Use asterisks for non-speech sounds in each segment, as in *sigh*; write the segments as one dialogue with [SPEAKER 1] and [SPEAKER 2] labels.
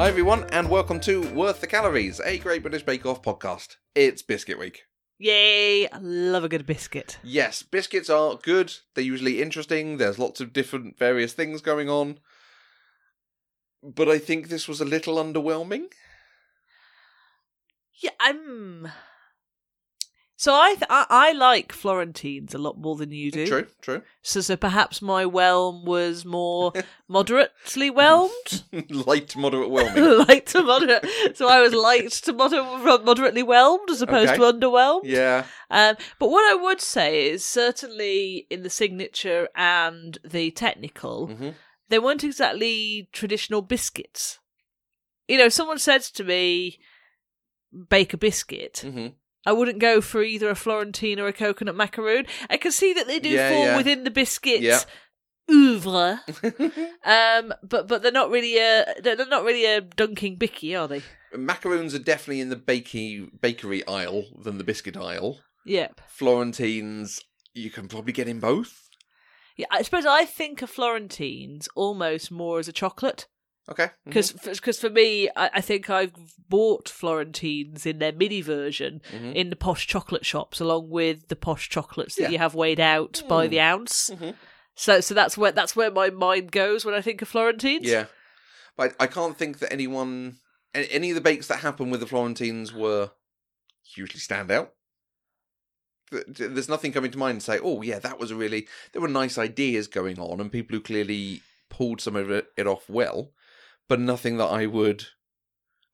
[SPEAKER 1] everyone, and welcome to Worth the Calories, a Great British Bake Off podcast. It's Biscuit Week.
[SPEAKER 2] Yay! I love a good biscuit.
[SPEAKER 1] Yes, biscuits are good. They're usually interesting. There's lots of different various things going on. But I think this was a little underwhelming.
[SPEAKER 2] Yeah, I'm. So I, th- I I like Florentines a lot more than you do.
[SPEAKER 1] True, true. *laughs*
[SPEAKER 2] So so perhaps my whelm was more moderately whelmed, *laughs*
[SPEAKER 1] Light, moderate, whelming.
[SPEAKER 2] light to moderate. So I was light to moder- moderately whelmed as opposed
[SPEAKER 1] Okay.
[SPEAKER 2] to underwhelmed.
[SPEAKER 1] yeah,
[SPEAKER 2] Um, but what I would say is certainly in the signature and the technical,
[SPEAKER 1] Mhm.
[SPEAKER 2] they weren't exactly traditional biscuits. You know, if someone said to me, bake a biscuit,
[SPEAKER 1] hmm
[SPEAKER 2] I wouldn't go for either a Florentine or a coconut macaroon. I can see that they do
[SPEAKER 1] Yeah,
[SPEAKER 2] fall
[SPEAKER 1] yeah.
[SPEAKER 2] within the biscuit
[SPEAKER 1] Yeah.
[SPEAKER 2] oeuvre,
[SPEAKER 1] mm-hmm.
[SPEAKER 2] um, but but they're not really a they're they're not really a dunking bicky, are they?
[SPEAKER 1] *laughs* macaroons are definitely in the bakery bakery aisle than the biscuit aisle.
[SPEAKER 2] Yep.
[SPEAKER 1] Florentines, you can probably get in both.
[SPEAKER 2] Yeah, I suppose I think of Florentines almost more as a chocolate.
[SPEAKER 1] Okay, mm-hmm,
[SPEAKER 2] because because for me, I, I think I've bought Florentines in their mini version
[SPEAKER 1] Mhm.
[SPEAKER 2] in the posh chocolate shops, along with the posh chocolates that
[SPEAKER 1] Yeah.
[SPEAKER 2] you have weighed out by
[SPEAKER 1] Mm.
[SPEAKER 2] the ounce.
[SPEAKER 1] Mhm.
[SPEAKER 2] So so that's where that's where my mind goes when I think of Florentines.
[SPEAKER 1] Yeah, but I can't think that anyone, a- any of the bakes that happened with the Florentines were hugely stand out. Th- th- There's nothing coming to mind to say, oh yeah, that was a really there were nice ideas going on and people who clearly pulled some of it it off well, but nothing that I would.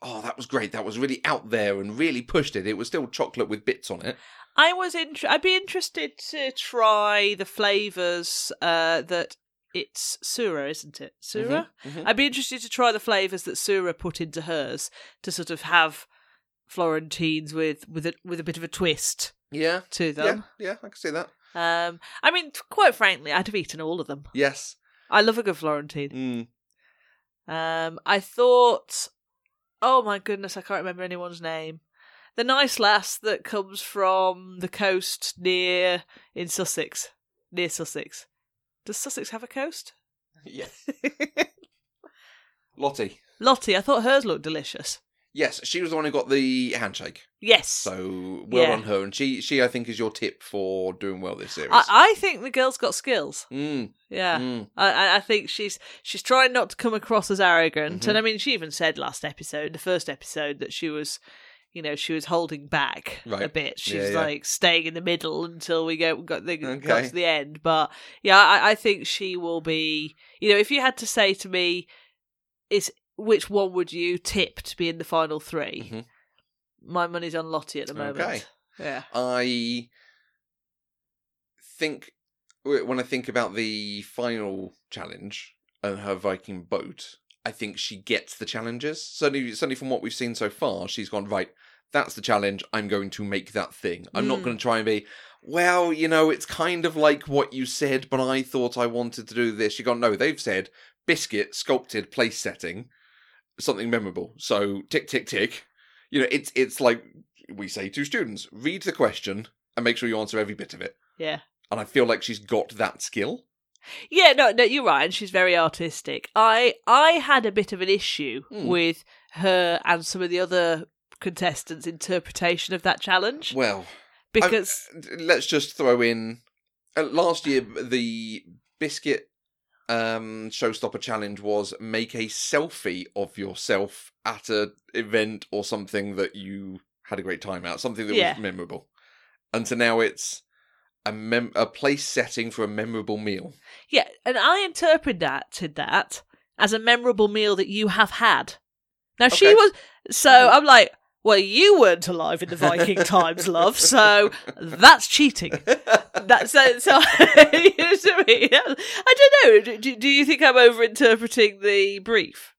[SPEAKER 1] Oh, that was great. That was really out there and really pushed it. It was still chocolate with bits on it.
[SPEAKER 2] I was int- I'd be interested to try the flavors uh, that it's Sura, isn't it? Sura.
[SPEAKER 1] Mhm, mhm.
[SPEAKER 2] I'd be interested to try the flavors that Sura put into hers to sort of have Florentines with with a, with a bit of a twist
[SPEAKER 1] Yeah,
[SPEAKER 2] to them.
[SPEAKER 1] yeah, yeah. I can see that.
[SPEAKER 2] Um, I mean, t- quite frankly, I'd have eaten all of them.
[SPEAKER 1] Yes.
[SPEAKER 2] I love a good
[SPEAKER 1] Mm.
[SPEAKER 2] Florentine. Um, I thought, oh my goodness, I can't remember anyone's name. The nice lass that comes from the coast near in Sussex, near Sussex. Does Sussex have a coast?
[SPEAKER 1] Yes. Lottie.
[SPEAKER 2] Lottie, I thought hers looked delicious.
[SPEAKER 1] Yes, she was the one who got the handshake.
[SPEAKER 2] Yes.
[SPEAKER 1] So well
[SPEAKER 2] Yeah.
[SPEAKER 1] on her, and she she I think is your tip for doing well this series.
[SPEAKER 2] I, Uh, I think the girl's got skills.
[SPEAKER 1] Mm,
[SPEAKER 2] Yeah.
[SPEAKER 1] mm.
[SPEAKER 2] I- I, I think she's she's trying not to come across as arrogant,
[SPEAKER 1] Mm-hmm.
[SPEAKER 2] and I mean, she even said last episode, the first episode, that she was, you know, she was holding back a
[SPEAKER 1] Right.
[SPEAKER 2] bit. She
[SPEAKER 1] Yeah,
[SPEAKER 2] was
[SPEAKER 1] yeah.
[SPEAKER 2] like staying in the middle until we go got, the, got
[SPEAKER 1] Okay.
[SPEAKER 2] to the end. But yeah, I, I think she will be. You know, if you had to say to me, is which one would you tip to be in the final 3
[SPEAKER 1] Mhm.
[SPEAKER 2] My money's on Lottie at the moment.
[SPEAKER 1] Okay.
[SPEAKER 2] Yeah.
[SPEAKER 1] I think when I think about the final challenge and her Viking boat, I think she gets the challenges. Certainly, certainly from what we've seen so far, she's gone right. That's the challenge. I'm going to make that thing. I'm not
[SPEAKER 2] Mm.
[SPEAKER 1] going to try and be. Well, you know, it's kind of like what you said, but I thought I wanted to do this. She gone. No, they've said biscuit sculpted place setting, something memorable. So tick tick tick. You know, it's it's like we say to students: read the question and make sure you answer every bit of it.
[SPEAKER 2] Yeah.
[SPEAKER 1] And I feel like she's got that skill.
[SPEAKER 2] Yeah, no, no, you're right, and she's very artistic. I I had a bit of an issue
[SPEAKER 1] Hmm.
[SPEAKER 2] with her and some of the other contestants' interpretation of that challenge
[SPEAKER 1] Well,
[SPEAKER 2] *laughs* because
[SPEAKER 1] let's just throw in uh, last year the biscuit um showstopper challenge was make a selfie of yourself at a event or something that you had a great time at, something that
[SPEAKER 2] Yeah.
[SPEAKER 1] was memorable. And so now it's a mem- a place setting for a memorable meal.
[SPEAKER 2] yeah, and I interpreted that as a memorable meal that you have had. Now she
[SPEAKER 1] Okay. Hmm.
[SPEAKER 2] was so I'm like, well, you weren't alive in the Viking
[SPEAKER 1] *laughs*
[SPEAKER 2] times, love. So that's cheating. That's so. so *laughs* you know what I mean? I don't know. Do, do you think I'm overinterpreting the brief?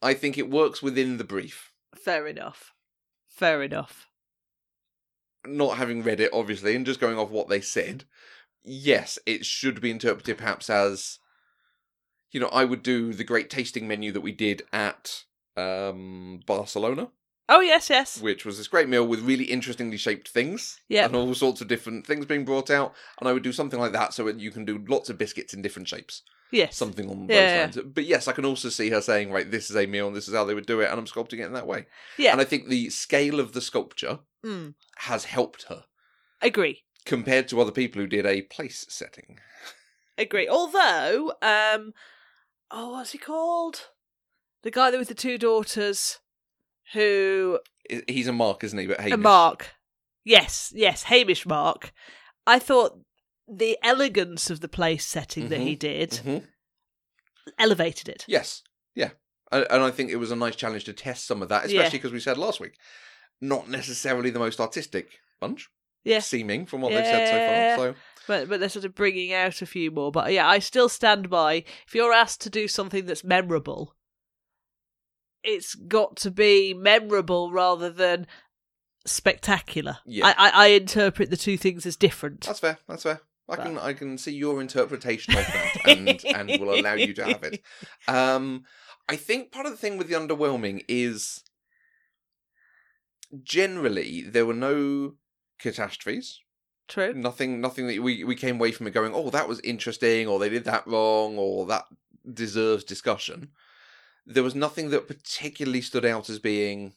[SPEAKER 1] I think it works within the brief.
[SPEAKER 2] Fair enough. Fair enough.
[SPEAKER 1] Not having read it, obviously, and just going off what they said, yes, it should be interpreted perhaps as, you know, I would do the great tasting menu that we did at um, Barcelona,
[SPEAKER 2] Oh yes, yes.
[SPEAKER 1] which was this great meal with really interestingly shaped things
[SPEAKER 2] Yep.
[SPEAKER 1] and all sorts of different things being brought out. And I would do something like that so that you can do lots of biscuits in different shapes.
[SPEAKER 2] Yes.
[SPEAKER 1] something on
[SPEAKER 2] Yeah.
[SPEAKER 1] both lines. But yes, I can also see her saying, right, this is a meal and this is how they would do it, and I'm sculpting it in that way.
[SPEAKER 2] Yeah.
[SPEAKER 1] And I think the scale of the sculpture
[SPEAKER 2] Mm.
[SPEAKER 1] has helped her
[SPEAKER 2] Agree.
[SPEAKER 1] compared to other people who did a place setting.
[SPEAKER 2] Agree. Although, um, oh, what's he called? The guy that with the two daughters, who
[SPEAKER 1] I- He's a Mark, isn't he? But hey,
[SPEAKER 2] a Mark. Yes, yes, Hamish Mark. I thought the elegance of the place setting that
[SPEAKER 1] Mm-hmm.
[SPEAKER 2] he did elevated it.
[SPEAKER 1] Yes, yeah, and, and I think it was a nice challenge to test some of that,
[SPEAKER 2] Yeah.
[SPEAKER 1] especially because we said last week, not necessarily the most artistic bunch,
[SPEAKER 2] Yeah.
[SPEAKER 1] seeming from what they've said
[SPEAKER 2] Yeah.
[SPEAKER 1] so far. So
[SPEAKER 2] But but they're sort of bringing out a few more. But yeah, I still stand by. If you're asked to do something that's memorable, it's got to be memorable rather than spectacular.
[SPEAKER 1] Yeah.
[SPEAKER 2] I, I, I interpret the two things as different.
[SPEAKER 1] that's fair. That's fair. I can I can see your interpretation of
[SPEAKER 2] *laughs*
[SPEAKER 1] that, *laughs* and and will allow you to have it. Um, I think part of the thing with the underwhelming is generally there were no catastrophes.
[SPEAKER 2] True.
[SPEAKER 1] Nothing, nothing that we we came away from it going, oh, that was interesting, or they did that wrong, or that deserves discussion. There was nothing that particularly stood out as being,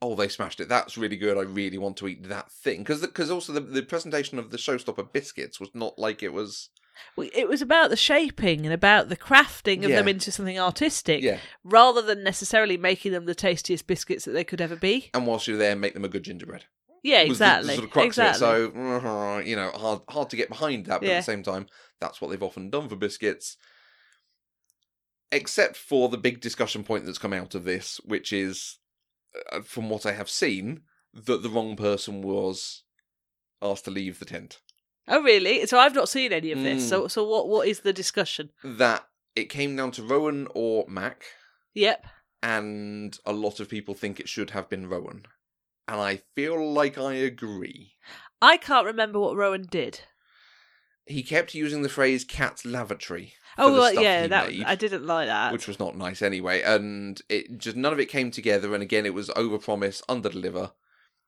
[SPEAKER 1] oh, they smashed it. That's really good. I really want to eat that thing because because also the the presentation of the showstopper biscuits was not like it was.
[SPEAKER 2] Well, It was about the shaping and about the crafting of
[SPEAKER 1] Yeah.
[SPEAKER 2] them into something artistic,
[SPEAKER 1] Yeah,
[SPEAKER 2] rather than necessarily making them the tastiest biscuits that they could ever be.
[SPEAKER 1] and whilst you're there, make them a good gingerbread.
[SPEAKER 2] Yeah,
[SPEAKER 1] was the- the
[SPEAKER 2] exactly.
[SPEAKER 1] sort of crux of it.
[SPEAKER 2] exactly.
[SPEAKER 1] So *laughs* you know, hard hard to get behind that, but
[SPEAKER 2] Yeah.
[SPEAKER 1] at the same time, that's what they've often done for biscuits. Except for the big discussion point that's come out of this, which is, uh, from what I have seen, that the wrong person was asked to leave the tent.
[SPEAKER 2] Oh, really? So I've not seen any of this.
[SPEAKER 1] Mm.
[SPEAKER 2] So so what what is the discussion?
[SPEAKER 1] That it came down to Rowan or Mac,
[SPEAKER 2] Yep.
[SPEAKER 1] and a lot of people think it should have been Rowan, and I feel like I agree.
[SPEAKER 2] I can't remember what Rowan did.
[SPEAKER 1] He kept using the phrase "cat's lavatory." for
[SPEAKER 2] Oh,
[SPEAKER 1] the
[SPEAKER 2] well,
[SPEAKER 1] stuff
[SPEAKER 2] yeah,
[SPEAKER 1] he
[SPEAKER 2] that
[SPEAKER 1] made.
[SPEAKER 2] I didn't like that.
[SPEAKER 1] which was not nice anyway. And it just none of it came together. And again, it was overpromise, underdeliver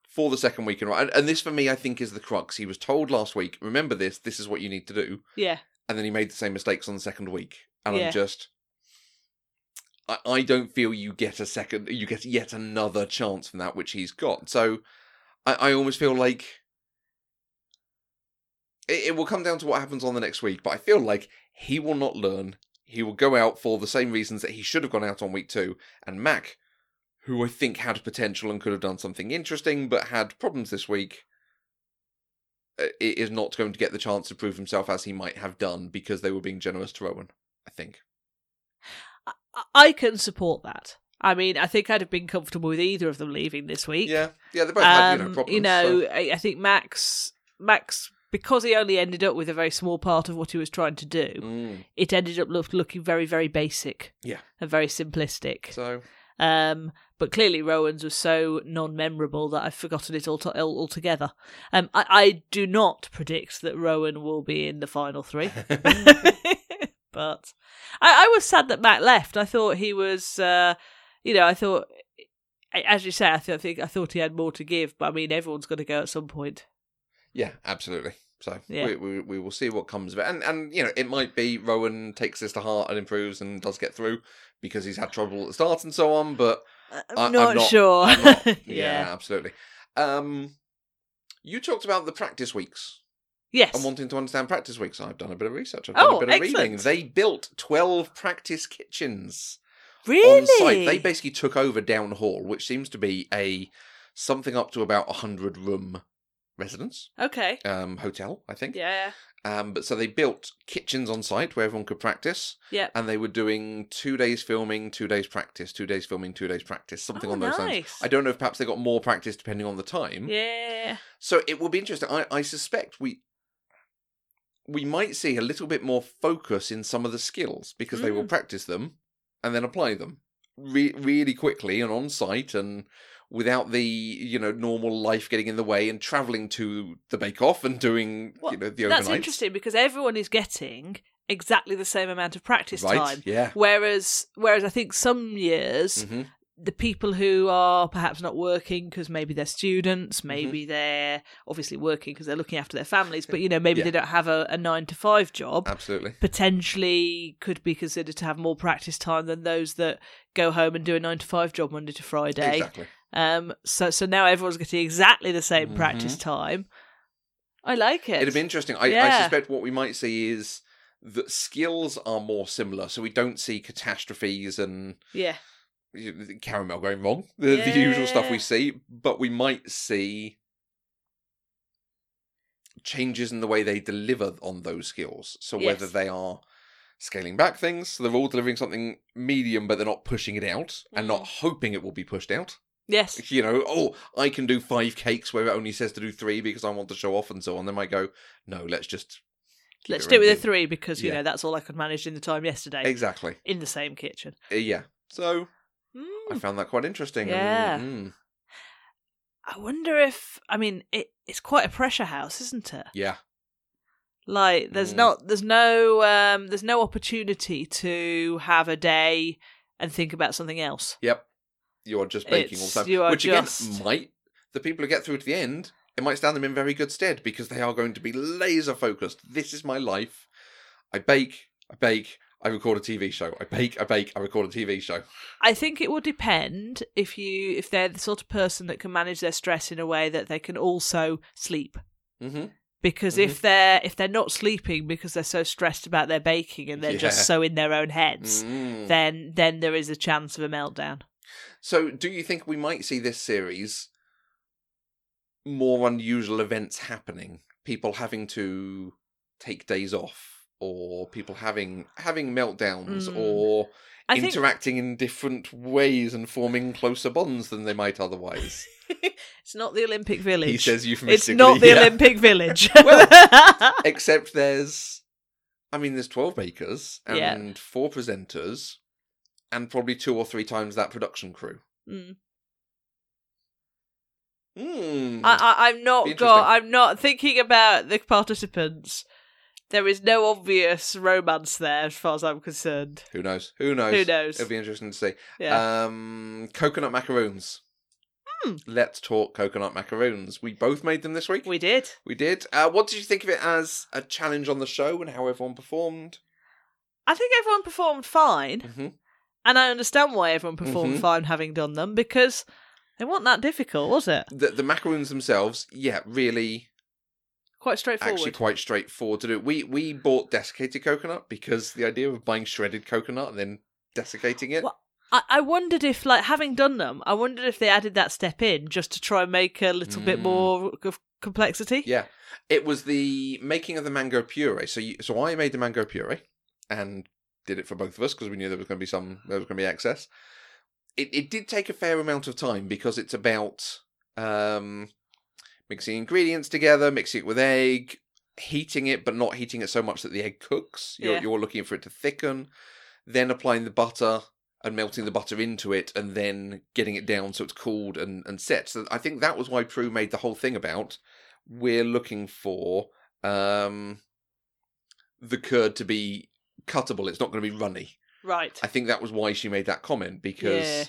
[SPEAKER 1] for the second week in a row. And, and this, for me, I think is the crux. He was told last week, remember this. This is what you need to do.
[SPEAKER 2] yeah,
[SPEAKER 1] And then he made the same mistakes on the second week. And
[SPEAKER 2] Yeah.
[SPEAKER 1] I'm just. I, I don't feel you get a second. You get yet another chance from that, which he's got. So I, I almost feel like. It, it will come down to what happens on the next week, but I feel like he will not learn. He will go out for the same reasons that he should have gone out on week two. And Mac, who I think had potential and could have done something interesting, but had problems this week, uh, i- is not going to get the chance to prove himself as he might have done because they were being generous to Rowan. I think.
[SPEAKER 2] I, I can support that. I mean, I think I'd have been comfortable with either of them leaving this week.
[SPEAKER 1] Yeah, yeah, they both had you know
[SPEAKER 2] Um,
[SPEAKER 1] problems.
[SPEAKER 2] you know,
[SPEAKER 1] so-
[SPEAKER 2] I, I think Max, Max, because he only ended up with a very small part of what he was trying to do,
[SPEAKER 1] Mm,
[SPEAKER 2] it ended up look, looking very, very basic.
[SPEAKER 1] Yeah.
[SPEAKER 2] and very simplistic.
[SPEAKER 1] so
[SPEAKER 2] Um, but clearly, Rowan's was so non-memorable that I've forgotten it all altogether. Um, I, I do not predict that Rowan will be in the
[SPEAKER 1] *laughs*
[SPEAKER 2] final three, *laughs*
[SPEAKER 1] mm,
[SPEAKER 2] but I, I was sad that Matt left. I thought he was, uh, you know, I thought, I- as you say, I, th- I think I thought he had more to give. But I mean, everyone's got to go at some point.
[SPEAKER 1] yeah, absolutely. So
[SPEAKER 2] Yeah.
[SPEAKER 1] we, we we will see what comes of it, and and you know it might be Rowan takes this to heart and improves and does get through because he's had trouble at the start and so on.
[SPEAKER 2] *laughs*
[SPEAKER 1] But
[SPEAKER 2] I'm,
[SPEAKER 1] I- I'm
[SPEAKER 2] Uh, not,
[SPEAKER 1] not-
[SPEAKER 2] sure.
[SPEAKER 1] I'm
[SPEAKER 2] *laughs*
[SPEAKER 1] not.
[SPEAKER 2] yeah.
[SPEAKER 1] yeah, absolutely. Um, you talked about the practice weeks
[SPEAKER 2] Yes.
[SPEAKER 1] and wanting to understand practice weeks. I've done a bit of research. I've done
[SPEAKER 2] Oh,
[SPEAKER 1] a bit of reading.
[SPEAKER 2] excellent.
[SPEAKER 1] They built twelve practice kitchens.
[SPEAKER 2] really?
[SPEAKER 1] on site. They basically took over Down Hall, which seems to be a something up to about hundred room residence,
[SPEAKER 2] okay. Oh,
[SPEAKER 1] um, hotel, I think.
[SPEAKER 2] Yeah.
[SPEAKER 1] Um, but so they built kitchens on site where everyone could practice,
[SPEAKER 2] Yeah.
[SPEAKER 1] and they were doing two days filming, two days practice, two days filming, two days practice, something
[SPEAKER 2] Oh,
[SPEAKER 1] on those lines.
[SPEAKER 2] nice.
[SPEAKER 1] I don't know if perhaps they got more practice depending on the time.
[SPEAKER 2] Yeah.
[SPEAKER 1] So it will be interesting. I, I suspect we we might see a little bit more focus in some of the skills because they will
[SPEAKER 2] Mm.
[SPEAKER 1] practice them and then apply them re- really quickly and on site and without the you know normal life getting in the way and traveling to the bake off and doing
[SPEAKER 2] Well,
[SPEAKER 1] you know the
[SPEAKER 2] That's
[SPEAKER 1] overnights.
[SPEAKER 2] interesting because everyone is getting exactly the same amount of practice
[SPEAKER 1] right?
[SPEAKER 2] time.
[SPEAKER 1] Yeah.
[SPEAKER 2] Whereas, whereas I think some years
[SPEAKER 1] Mhm.
[SPEAKER 2] the people who are perhaps not working because maybe they're students,
[SPEAKER 1] Mm-hmm.
[SPEAKER 2] maybe they're obviously working because they're looking after their families, but you know maybe they
[SPEAKER 1] Yeah. Uh.
[SPEAKER 2] don't have a, a nine to five job.
[SPEAKER 1] Absolutely.
[SPEAKER 2] potentially could be considered to have more practice time than those that go home and do a nine to five job Monday to Friday.
[SPEAKER 1] Exactly.
[SPEAKER 2] Um, so so now everyone's getting exactly the same
[SPEAKER 1] Mhm.
[SPEAKER 2] practice time. I like it.
[SPEAKER 1] It'd be interesting. I, I
[SPEAKER 2] Yeah.
[SPEAKER 1] suspect what we might see is that skills are more similar, so we don't see catastrophes and
[SPEAKER 2] yeah,
[SPEAKER 1] you know, caramel going wrong, the, the usual stuff we
[SPEAKER 2] Yeah.
[SPEAKER 1] see, but we might see changes in the way they deliver on those skills. So whether
[SPEAKER 2] Yes.
[SPEAKER 1] they are scaling back things, so they're all delivering something medium, but they're not pushing it out and not
[SPEAKER 2] Mm.
[SPEAKER 1] hoping it will be pushed out.
[SPEAKER 2] yes,
[SPEAKER 1] You know, oh, I can do five cakes where it only says to do three because I want to show off and so on. They might go, no, let's just. keep
[SPEAKER 2] let's
[SPEAKER 1] it
[SPEAKER 2] do it with a
[SPEAKER 1] rented."
[SPEAKER 2] three because you
[SPEAKER 1] Yeah.
[SPEAKER 2] know that's all I could manage in the time yesterday
[SPEAKER 1] Exactly.
[SPEAKER 2] in the same kitchen.
[SPEAKER 1] Uh, Yeah. So
[SPEAKER 2] Mm.
[SPEAKER 1] I found that quite interesting. and,
[SPEAKER 2] Yeah.
[SPEAKER 1] mm,
[SPEAKER 2] I wonder if I mean it, it's quite a pressure house, isn't it?
[SPEAKER 1] yeah.
[SPEAKER 2] Like there's
[SPEAKER 1] Mm.
[SPEAKER 2] not there's no um there's no opportunity to have a day and think about something else.
[SPEAKER 1] Yep. You're just baking all
[SPEAKER 2] It's-
[SPEAKER 1] the time.
[SPEAKER 2] you are
[SPEAKER 1] Which
[SPEAKER 2] just-
[SPEAKER 1] again might the people who get through to the end, it might stand them in very good stead because they are going to be laser focused. This is my life. I bake, I bake, I record a TV show. I bake, I bake, I record a TV show.
[SPEAKER 2] I think it will depend if you if they're the sort of person that can manage their stress in a way that they can also sleep.
[SPEAKER 1] hmm
[SPEAKER 2] Because if they're if they're not sleeping because they're so stressed about their baking and they're
[SPEAKER 1] Yeah.
[SPEAKER 2] just so in their own heads,
[SPEAKER 1] Mm.
[SPEAKER 2] then then there is a chance of a meltdown.
[SPEAKER 1] So do you think we might see this series more unusual events happening? People having to take days off or people having having meltdowns
[SPEAKER 2] Mm.
[SPEAKER 1] or
[SPEAKER 2] I
[SPEAKER 1] interacting in different ways and forming closer bonds than they might otherwise.
[SPEAKER 2] think *laughs* it's not the Olympic Village.
[SPEAKER 1] He says
[SPEAKER 2] it's
[SPEAKER 1] euphemistically.
[SPEAKER 2] not the
[SPEAKER 1] yeah.
[SPEAKER 2] Olympic
[SPEAKER 1] *laughs*
[SPEAKER 2] Village.
[SPEAKER 1] Except there's, I mean, there's 12 bakers and
[SPEAKER 2] Yeah.
[SPEAKER 1] four presenters and probably two or three times that production crew.
[SPEAKER 2] *laughs* Mm.
[SPEAKER 1] Mm.
[SPEAKER 2] I, I, I'm
[SPEAKER 1] Be
[SPEAKER 2] not
[SPEAKER 1] interesting.
[SPEAKER 2] got. I'm not thinking about the participants. There is no obvious romance there, as far as I'm concerned.
[SPEAKER 1] Who knows? Who knows?
[SPEAKER 2] Who knows?
[SPEAKER 1] It'll be interesting to see.
[SPEAKER 2] Yeah.
[SPEAKER 1] Um, coconut macaroons.
[SPEAKER 2] Hmm.
[SPEAKER 1] Let's talk coconut macaroons. We both made them this week.
[SPEAKER 2] we did.
[SPEAKER 1] we did. Uh, what did you think of it as a challenge on the show and how everyone performed?
[SPEAKER 2] I think everyone performed fine,
[SPEAKER 1] hmm
[SPEAKER 2] and I understand why everyone performed
[SPEAKER 1] Mhm.
[SPEAKER 2] fine having done them because they weren't that difficult, was it?
[SPEAKER 1] the the macaroons themselves, yeah, really
[SPEAKER 2] Quite straightforward.
[SPEAKER 1] actually quite straightforward to do. We we bought desiccated coconut because the idea of buying shredded coconut and then desiccating it.
[SPEAKER 2] What? I-, I wondered if, like, having done them, I wondered if they added that step in just to try and make a little bit
[SPEAKER 1] Mm.
[SPEAKER 2] more of complexity.
[SPEAKER 1] Yeah. It was the making of the mango puree. So you, so I made the mango puree and did it for both of us because we knew there was going to be some there was going to be excess. It it did take a fair amount of time because it's about um mixing ingredients together, mixing it with egg, heating it but not heating it so much that the egg cooks. You're
[SPEAKER 2] Yeah.
[SPEAKER 1] you're looking for it to thicken, then applying the butter and melting the butter into it and then getting it down so it's cooled and, and set. So I think that was why Prue made the whole thing about we're looking for um the curd to be cuttable. It's not going to be runny.
[SPEAKER 2] Right.
[SPEAKER 1] I think that was why she made that comment because
[SPEAKER 2] Yeah.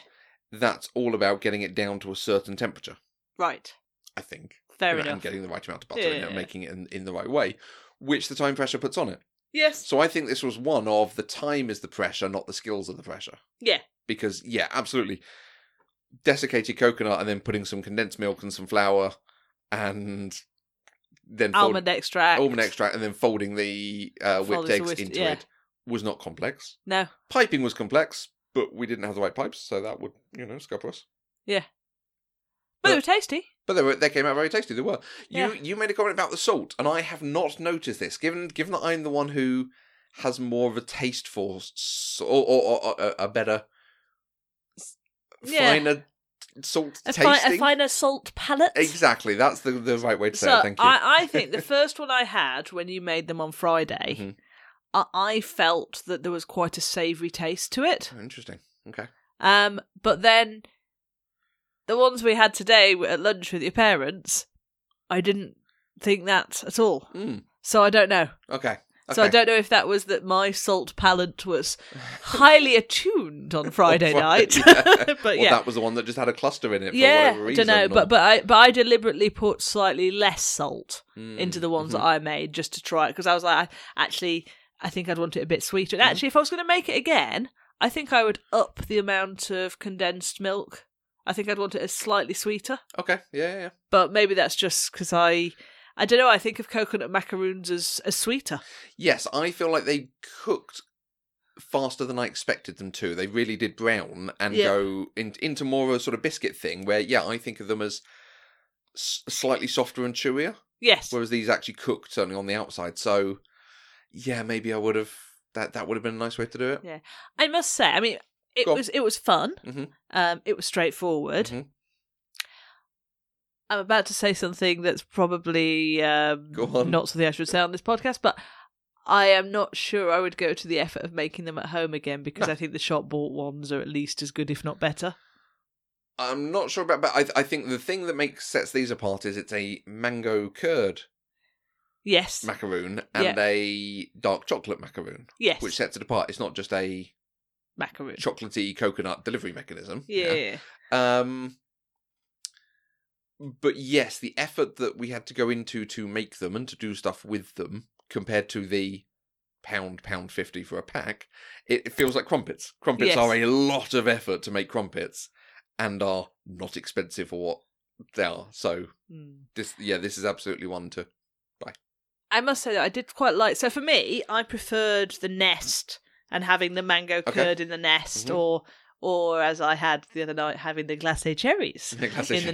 [SPEAKER 1] that's all about getting it down to a certain temperature.
[SPEAKER 2] Right.
[SPEAKER 1] I think
[SPEAKER 2] Fair
[SPEAKER 1] and,
[SPEAKER 2] enough.
[SPEAKER 1] getting the right amount of butter in it
[SPEAKER 2] Yeah.
[SPEAKER 1] and making it in, in the right way, which the time pressure puts on it.
[SPEAKER 2] Yes.
[SPEAKER 1] So I think this was one of the time is the pressure, not the skills are the pressure.
[SPEAKER 2] Yeah.
[SPEAKER 1] Because yeah, absolutely. Desiccated coconut and then putting some condensed milk and some flour and then fold-
[SPEAKER 2] Almond extract.
[SPEAKER 1] almond extract and then folding the uh,
[SPEAKER 2] Folding
[SPEAKER 1] whipped
[SPEAKER 2] the
[SPEAKER 1] eggs
[SPEAKER 2] whisk-
[SPEAKER 1] into
[SPEAKER 2] yeah.
[SPEAKER 1] it was not complex.
[SPEAKER 2] No.
[SPEAKER 1] Piping was complex, but we didn't have the right pipes, so that would you know scupper us.
[SPEAKER 2] But they were tasty.
[SPEAKER 1] But they were they came out very tasty. They were. You
[SPEAKER 2] Yeah.
[SPEAKER 1] you made a comment about the salt, and I have not noticed this. Given given that I'm the one who has more of a taste for s- or, or, or, or a better,
[SPEAKER 2] Yeah.
[SPEAKER 1] finer salt
[SPEAKER 2] A, fi-
[SPEAKER 1] tasting.
[SPEAKER 2] a finer salt palate.
[SPEAKER 1] Exactly, that's the the right way to say
[SPEAKER 2] so
[SPEAKER 1] it. Thank you.
[SPEAKER 2] I,
[SPEAKER 1] *laughs*
[SPEAKER 2] I think the first one I had when you made them on Friday,
[SPEAKER 1] Mhm.
[SPEAKER 2] I, I felt that there was quite a savoury taste to it.
[SPEAKER 1] Oh, Interesting. Okay.
[SPEAKER 2] Um, but then the ones we had today were at lunch with your parents, I didn't think that at all.
[SPEAKER 1] Mm,
[SPEAKER 2] So I don't know.
[SPEAKER 1] okay.
[SPEAKER 2] So I
[SPEAKER 1] Okay.
[SPEAKER 2] don't know if that was that my salt palate was highly attuned
[SPEAKER 1] *laughs*
[SPEAKER 2] on Friday night.
[SPEAKER 1] Yeah.
[SPEAKER 2] *laughs* but
[SPEAKER 1] Or
[SPEAKER 2] yeah.
[SPEAKER 1] that was the one that just had a cluster in it for
[SPEAKER 2] yeah,
[SPEAKER 1] whatever
[SPEAKER 2] I
[SPEAKER 1] reason.
[SPEAKER 2] don't know,
[SPEAKER 1] or-
[SPEAKER 2] but but I but I deliberately put slightly less salt
[SPEAKER 1] Mm,
[SPEAKER 2] into the ones
[SPEAKER 1] mhm.
[SPEAKER 2] that I made just to try it because I was like, I, actually, I think I'd want it a bit sweeter.
[SPEAKER 1] Mm-hmm.
[SPEAKER 2] And actually, if I was going to make it again, I think I would up the amount of condensed milk. I think I'd want it as slightly sweeter,
[SPEAKER 1] Okay, yeah, yeah, yeah.
[SPEAKER 2] but maybe that's just because I, I don't know. I think of coconut macaroons as as sweeter.
[SPEAKER 1] Yes, I feel like they cooked faster than I expected them to. They really did brown and
[SPEAKER 2] Yeah.
[SPEAKER 1] go in, into more of a sort of biscuit thing where, yeah, I think of them as s- slightly softer and chewier,
[SPEAKER 2] Yes,
[SPEAKER 1] whereas these actually cooked only on the outside. So, yeah, maybe I would have. That, that would have been a nice way to do it.
[SPEAKER 2] Yeah. I must say. I mean, it
[SPEAKER 1] Go on.
[SPEAKER 2] was it was fun.
[SPEAKER 1] Mhm.
[SPEAKER 2] Um, it was straightforward.
[SPEAKER 1] Mhm.
[SPEAKER 2] I'm about to say something that's probably um,
[SPEAKER 1] Go on.
[SPEAKER 2] not something I should say on this podcast, but I am not sure I would go to the effort of making them at home again because I think the shop bought ones are at least as good, if not better.
[SPEAKER 1] I'm not sure about, but I, I think the thing that makes sets these apart is it's a mango curd
[SPEAKER 2] Yes.
[SPEAKER 1] macaroon and a dark chocolate macaroon,
[SPEAKER 2] yes.
[SPEAKER 1] which sets it apart. It's not just a
[SPEAKER 2] Macaroon.
[SPEAKER 1] chocolatey coconut delivery mechanism.
[SPEAKER 2] yeah.
[SPEAKER 1] Um, but yes, the effort that we had to go into to make them and to do stuff with them compared to the pound pound 50 for a pack it it feels like crumpets crumpets
[SPEAKER 2] Yes.
[SPEAKER 1] are a lot of effort to make crumpets and are not expensive for what they are so
[SPEAKER 2] Hmm.
[SPEAKER 1] this yeah this is absolutely one
[SPEAKER 2] *laughs*
[SPEAKER 1] to
[SPEAKER 2] I must say that I did quite like. So for me, I preferred the nest and having the mango
[SPEAKER 1] Okay.
[SPEAKER 2] curd in the nest,
[SPEAKER 1] Mhm.
[SPEAKER 2] or or as I had the other night, having the glacé cherries *laughs* in the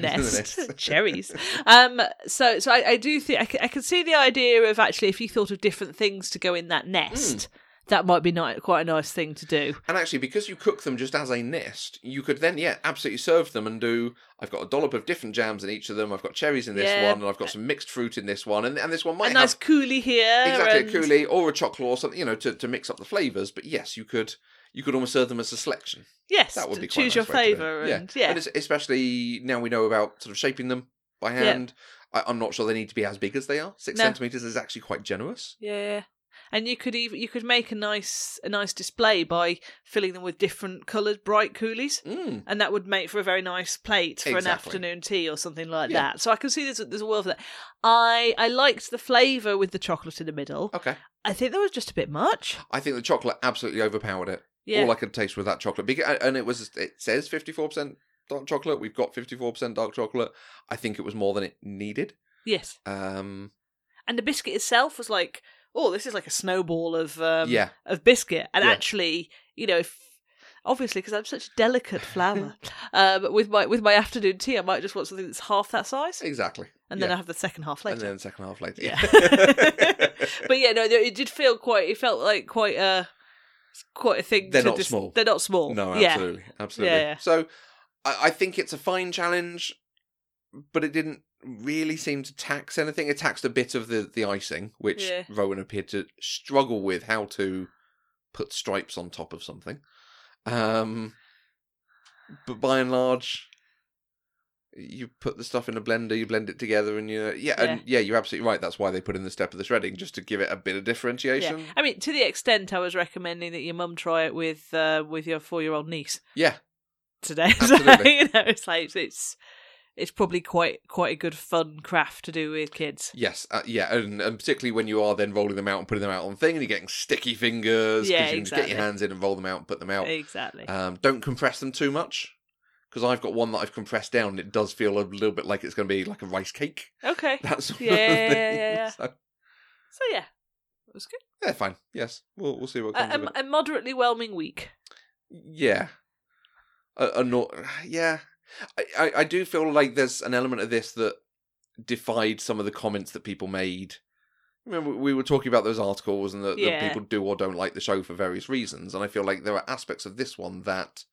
[SPEAKER 1] *laughs*
[SPEAKER 2] nest. cherries. Um. So so I, I do think I, c- I can see the idea of actually if you thought of different things to go in that nest.
[SPEAKER 1] Hmm.
[SPEAKER 2] That might be ni- quite a nice thing to do.
[SPEAKER 1] And actually, because you cook them just as a nest, you could then, yeah, absolutely serve them and do. I've got a dollop of different jams in each of them. I've got cherries in this
[SPEAKER 2] Yeah.
[SPEAKER 1] one, and I've got some mixed fruit in this one, and, and this one might
[SPEAKER 2] a nice
[SPEAKER 1] have
[SPEAKER 2] coolie here.
[SPEAKER 1] exactly
[SPEAKER 2] and-
[SPEAKER 1] a coulis or a chocolate or something, you know, to, to mix up the flavors. But yes, you could you could almost serve them as a selection.
[SPEAKER 2] Yes,
[SPEAKER 1] That would
[SPEAKER 2] to
[SPEAKER 1] be quite a
[SPEAKER 2] choose
[SPEAKER 1] nice
[SPEAKER 2] your
[SPEAKER 1] way to do it.
[SPEAKER 2] flavour.
[SPEAKER 1] Yeah.
[SPEAKER 2] And yeah,
[SPEAKER 1] And it's, especially now we know about sort of shaping them by
[SPEAKER 2] Yeah.
[SPEAKER 1] hand. I, I'm not sure they need to be as big as they are. Six
[SPEAKER 2] No.
[SPEAKER 1] centimeters is actually quite generous.
[SPEAKER 2] Yeah. And you could even you could make a nice a nice display by filling them with different coloured bright coolies.
[SPEAKER 1] Mm.
[SPEAKER 2] And that would make for a very nice plate for an
[SPEAKER 1] Exactly.
[SPEAKER 2] afternoon tea or something like
[SPEAKER 1] Yeah.
[SPEAKER 2] that. So I can see there's a, there's a world for that. I I liked the flavour with the chocolate in the middle.
[SPEAKER 1] Okay.
[SPEAKER 2] I think that was just a bit much.
[SPEAKER 1] I think the chocolate absolutely overpowered it.
[SPEAKER 2] Yeah,
[SPEAKER 1] All I could taste was that chocolate. Beca- And it was it says fifty four percent dark chocolate. We've got fifty four percent dark chocolate. I think it was more than it needed.
[SPEAKER 2] yes.
[SPEAKER 1] Um,
[SPEAKER 2] And the biscuit itself was like, oh, this is like a snowball of um,
[SPEAKER 1] yeah,
[SPEAKER 2] of biscuit. And
[SPEAKER 1] Yeah.
[SPEAKER 2] actually, you know, if, obviously because I'm such a delicate flower, *laughs* um, with my with my afternoon tea, I might just want something that's half that size.
[SPEAKER 1] exactly.
[SPEAKER 2] and then
[SPEAKER 1] yeah.
[SPEAKER 2] I have the second half
[SPEAKER 1] and
[SPEAKER 2] later.
[SPEAKER 1] then second half later.
[SPEAKER 2] Yeah. *laughs* but yeah, no, it did feel quite. It felt like quite a quite a thing.
[SPEAKER 1] They're
[SPEAKER 2] to
[SPEAKER 1] not
[SPEAKER 2] dis-
[SPEAKER 1] small.
[SPEAKER 2] They're not small.
[SPEAKER 1] no,
[SPEAKER 2] yeah,
[SPEAKER 1] absolutely, absolutely.
[SPEAKER 2] Yeah, yeah.
[SPEAKER 1] So I, I think it's a fine challenge, but it didn't really seem to tax anything. It taxed a bit of the the icing, which
[SPEAKER 2] Yeah.
[SPEAKER 1] Rowan appeared to struggle with how to put stripes on top of something. Um, but by and large. You put the stuff in a blender, you blend it together, and you yeah, and yeah, you're absolutely right. That's why they put in the step of the shredding just to give it a bit of
[SPEAKER 2] yeah.
[SPEAKER 1] differentiation.
[SPEAKER 2] I mean, to the extent I was recommending that your mum try it with uh, with your four year old niece
[SPEAKER 1] yeah.
[SPEAKER 2] today. *laughs* so,
[SPEAKER 1] Absolutely.
[SPEAKER 2] you know, it's like it's it's probably quite quite a good fun craft to do with kids.
[SPEAKER 1] Yes, uh, yeah, and, and particularly when you are then rolling them out and putting them out on thing, and you're getting sticky fingers. 'cause
[SPEAKER 2] Yeah,
[SPEAKER 1] you can just get
[SPEAKER 2] exactly.
[SPEAKER 1] your hands in and roll them out and put them out.
[SPEAKER 2] Exactly.
[SPEAKER 1] Um, don't compress them too much, because I've got one that I've compressed down. and It does feel a little bit like it's going to be like a rice cake. *laughs*
[SPEAKER 2] okay.
[SPEAKER 1] That's
[SPEAKER 2] Yeah, yeah, yeah,
[SPEAKER 1] *laughs*
[SPEAKER 2] yeah.
[SPEAKER 1] So,
[SPEAKER 2] So yeah, it was good.
[SPEAKER 1] yeah, fine. Yes, we'll we'll see what comes.
[SPEAKER 2] A,
[SPEAKER 1] of it.
[SPEAKER 2] a, a moderately whelming week.
[SPEAKER 1] Yeah. A, a nor- yeah. I, I, I do feel like there's an element of this that defied some of the comments that people made. Remember, we were talking about those articles and that that
[SPEAKER 2] Yeah.
[SPEAKER 1] people do or don't like the show for various reasons. And I feel like there are aspects of this one that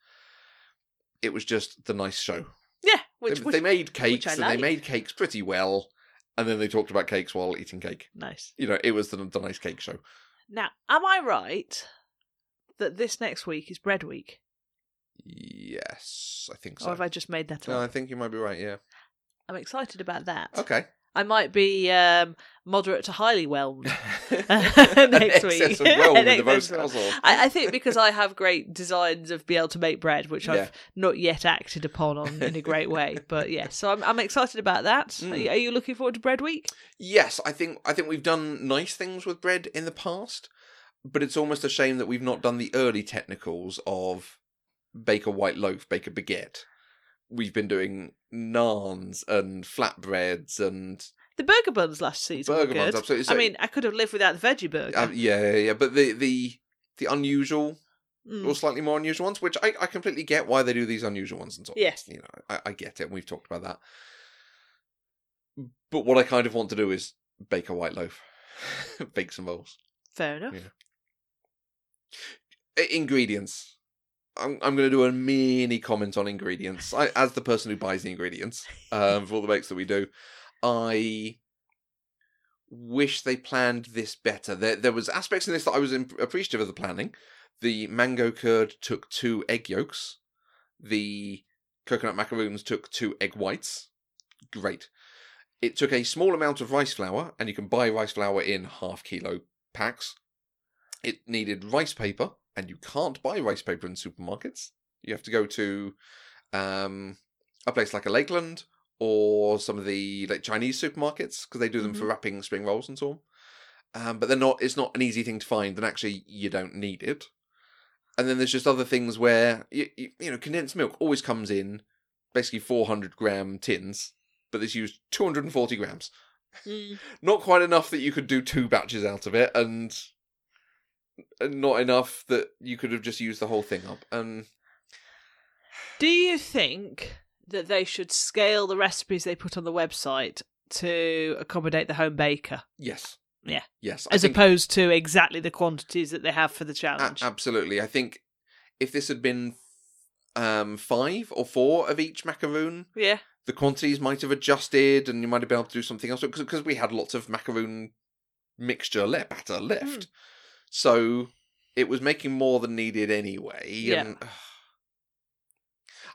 [SPEAKER 1] it was just the nice show.
[SPEAKER 2] Yeah, which,
[SPEAKER 1] they,
[SPEAKER 2] which
[SPEAKER 1] they made cakes
[SPEAKER 2] I
[SPEAKER 1] and
[SPEAKER 2] like.
[SPEAKER 1] they made cakes pretty well. And then they talked about cakes while eating cake.
[SPEAKER 2] nice.
[SPEAKER 1] You know, it was the, the nice cake show.
[SPEAKER 2] Now, am I right that this next week is bread week?
[SPEAKER 1] Yes, I think
[SPEAKER 2] Or
[SPEAKER 1] so.
[SPEAKER 2] Oh, have I just made that
[SPEAKER 1] No,
[SPEAKER 2] up?
[SPEAKER 1] I Oh. think you might be right, yeah.
[SPEAKER 2] I'm excited about that.
[SPEAKER 1] Okay.
[SPEAKER 2] I might be um, moderate to highly *laughs* whelmed.
[SPEAKER 1] Next
[SPEAKER 2] week.
[SPEAKER 1] Excess of
[SPEAKER 2] *laughs*
[SPEAKER 1] well with
[SPEAKER 2] Next
[SPEAKER 1] the most
[SPEAKER 2] week.
[SPEAKER 1] household.
[SPEAKER 2] I, I think because I have great designs of being able to make bread, which
[SPEAKER 1] Yeah.
[SPEAKER 2] I've not yet acted upon on in a
[SPEAKER 1] *laughs*
[SPEAKER 2] great way. But yeah, so I'm, I'm excited about that.
[SPEAKER 1] Mm.
[SPEAKER 2] Are, you, are you looking forward to Bread Week?
[SPEAKER 1] Yes, I think I think we've done nice things with bread in the past, but it's almost a shame that we've not done the early technicals of bake a white loaf, bake a baguette. We've been doing naans and flatbreads and
[SPEAKER 2] The burger buns last season
[SPEAKER 1] burger
[SPEAKER 2] were good.
[SPEAKER 1] buns. Absolutely.
[SPEAKER 2] I mean, I could have lived without the veggie burger.
[SPEAKER 1] uh, yeah, yeah, yeah. But the the the unusual
[SPEAKER 2] Mm.
[SPEAKER 1] or slightly more unusual ones, which I, I completely get why they do these unusual ones and so on.
[SPEAKER 2] Yes.
[SPEAKER 1] You know, I, I get it, and we've talked about that. But what I kind of want to do is bake a white loaf, *laughs* bake some bowls.
[SPEAKER 2] Fair enough.
[SPEAKER 1] Yeah. I- ingredients. I'm I'm going to do a mini comment on ingredients. I, as the person who buys the ingredients um, for all the bakes that we do, I wish they planned this better. There there was aspects in this that I was imp- appreciative of the planning. The mango curd took two egg yolks. The coconut macaroons took two egg whites. Great. It took a small amount of rice flour, and you can buy rice flour in half kilo packs. It needed rice paper, and you can't buy rice paper in supermarkets. You have to go to um, a place like a Lakeland or some of the like Chinese supermarkets because they do them for wrapping spring rolls and so on. Um, but they're not. It's not an easy thing to find, and actually, you don't need it. And then there's just other things where you, you, you know condensed milk always comes in basically 400 gram tins, but this used 240 grams
[SPEAKER 2] Mm.
[SPEAKER 1] not quite enough that you could do two batches out of it and and not enough that you could have just used the whole thing up and
[SPEAKER 2] Do you think that they should scale the recipes they put on the website to accommodate the home baker,
[SPEAKER 1] yes
[SPEAKER 2] Yeah.
[SPEAKER 1] yes I
[SPEAKER 2] as
[SPEAKER 1] think-
[SPEAKER 2] opposed to exactly the quantities that they have for the
[SPEAKER 1] a-
[SPEAKER 2] challenge?
[SPEAKER 1] absolutely i think if this had been um five or four of each macaroon
[SPEAKER 2] yeah.
[SPEAKER 1] the quantities might have adjusted and you might have been able to do something else because we had lots of macaroon mixture left batter left
[SPEAKER 2] Mm.
[SPEAKER 1] so it was making more than needed anyway
[SPEAKER 2] Yeah.
[SPEAKER 1] and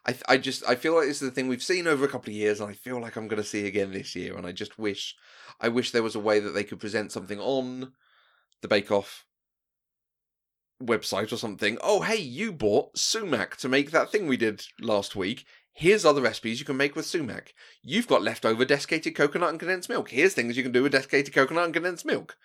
[SPEAKER 1] I, th- I just i feel like this is the thing we've seen over a couple of years and i feel like i'm going to see again this year and i just wish i wish there was a way that they could present something on the bake off website or something oh hey you bought sumac to make that thing we did last week here's other recipes you can make with sumac you've got leftover desiccated coconut and condensed milk here's things you can do with desiccated coconut and condensed milk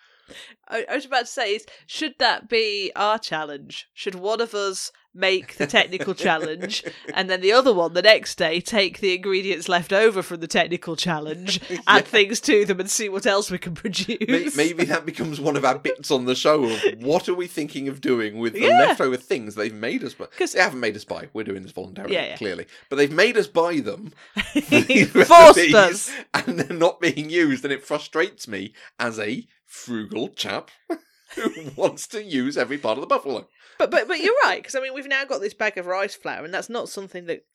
[SPEAKER 2] I, I was about to say is should that be our challenge? Should one of us make the
[SPEAKER 1] *laughs*
[SPEAKER 2] technical challenge and then the other one the next day take the ingredients left over from the technical challenge,
[SPEAKER 1] *laughs* Yeah.
[SPEAKER 2] add things to them and see what else we can
[SPEAKER 1] May-
[SPEAKER 2] produce? *laughs*
[SPEAKER 1] Maybe that becomes one of our bits on the show of what are we thinking of doing with the
[SPEAKER 2] Yeah.
[SPEAKER 1] leftover things they've made us buy.
[SPEAKER 2] 'Cause-
[SPEAKER 1] They haven't made us buy. We're doing this voluntarily,
[SPEAKER 2] Yeah, yeah.
[SPEAKER 1] clearly. But they've made us buy
[SPEAKER 2] *laughs*
[SPEAKER 1] them. *laughs* these
[SPEAKER 2] Forced
[SPEAKER 1] recipes,
[SPEAKER 2] us.
[SPEAKER 1] And they're not being used. And it frustrates me as a frugal chap *laughs* who wants to use every part of the buffalo.
[SPEAKER 2] But but but you're right because I mean we've now got this bag of rice flour and that's not something that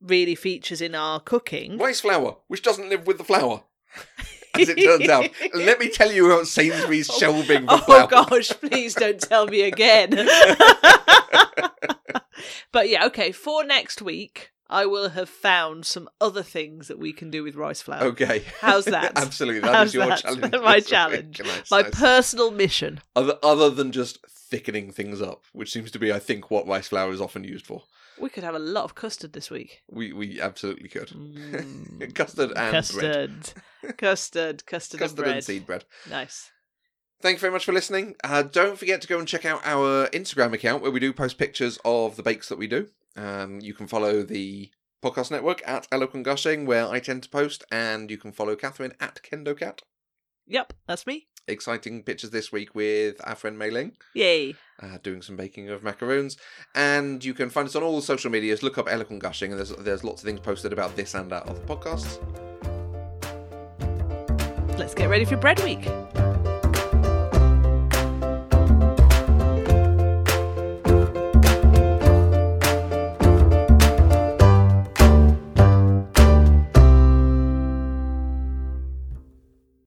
[SPEAKER 2] really features in our cooking.
[SPEAKER 1] Rice flour, which doesn't live with the flour. As it turns out. And let me tell you about Sainsbury's shelving for
[SPEAKER 2] *laughs* Oh
[SPEAKER 1] flour.
[SPEAKER 2] gosh, please don't tell me
[SPEAKER 1] *laughs*
[SPEAKER 2] again. but yeah, okay, for next week, I will have found some other things that we can do with rice flour.
[SPEAKER 1] Okay. *laughs*
[SPEAKER 2] How's that?
[SPEAKER 1] Absolutely. that is
[SPEAKER 2] How's
[SPEAKER 1] your
[SPEAKER 2] that?
[SPEAKER 1] challenge.
[SPEAKER 2] *laughs*
[SPEAKER 1] *laughs*
[SPEAKER 2] My
[SPEAKER 1] this week,
[SPEAKER 2] challenge.
[SPEAKER 1] and I
[SPEAKER 2] My
[SPEAKER 1] say-
[SPEAKER 2] personal mission.
[SPEAKER 1] other other than just thickening things up, which seems to be, I think, what rice flour is often used for.
[SPEAKER 2] We could have a lot of custard
[SPEAKER 1] *laughs*
[SPEAKER 2] this week.
[SPEAKER 1] We we absolutely could
[SPEAKER 2] Mm.
[SPEAKER 1] custard and bread,
[SPEAKER 2] custard. Custard,
[SPEAKER 1] custard
[SPEAKER 2] custard, and bread.
[SPEAKER 1] and seed bread.
[SPEAKER 2] Nice.
[SPEAKER 1] Thank you very much for listening. Uh, don't forget to go and check out our Instagram account where we do post pictures of the bakes that we do. Um, you can follow the podcast network at Eloquent Gushing, where I tend to post, and you can follow Catherine at KendoCat.
[SPEAKER 2] Yep, that's me.
[SPEAKER 1] Exciting pictures this week with our friend Mei Ling.
[SPEAKER 2] Yay.
[SPEAKER 1] uh, doing some baking of macaroons. And you can find us on all the social medias. Look up Eloquent Gushing, and there's there's lots of things posted about this and our other podcasts.
[SPEAKER 2] Let's get ready for bread week.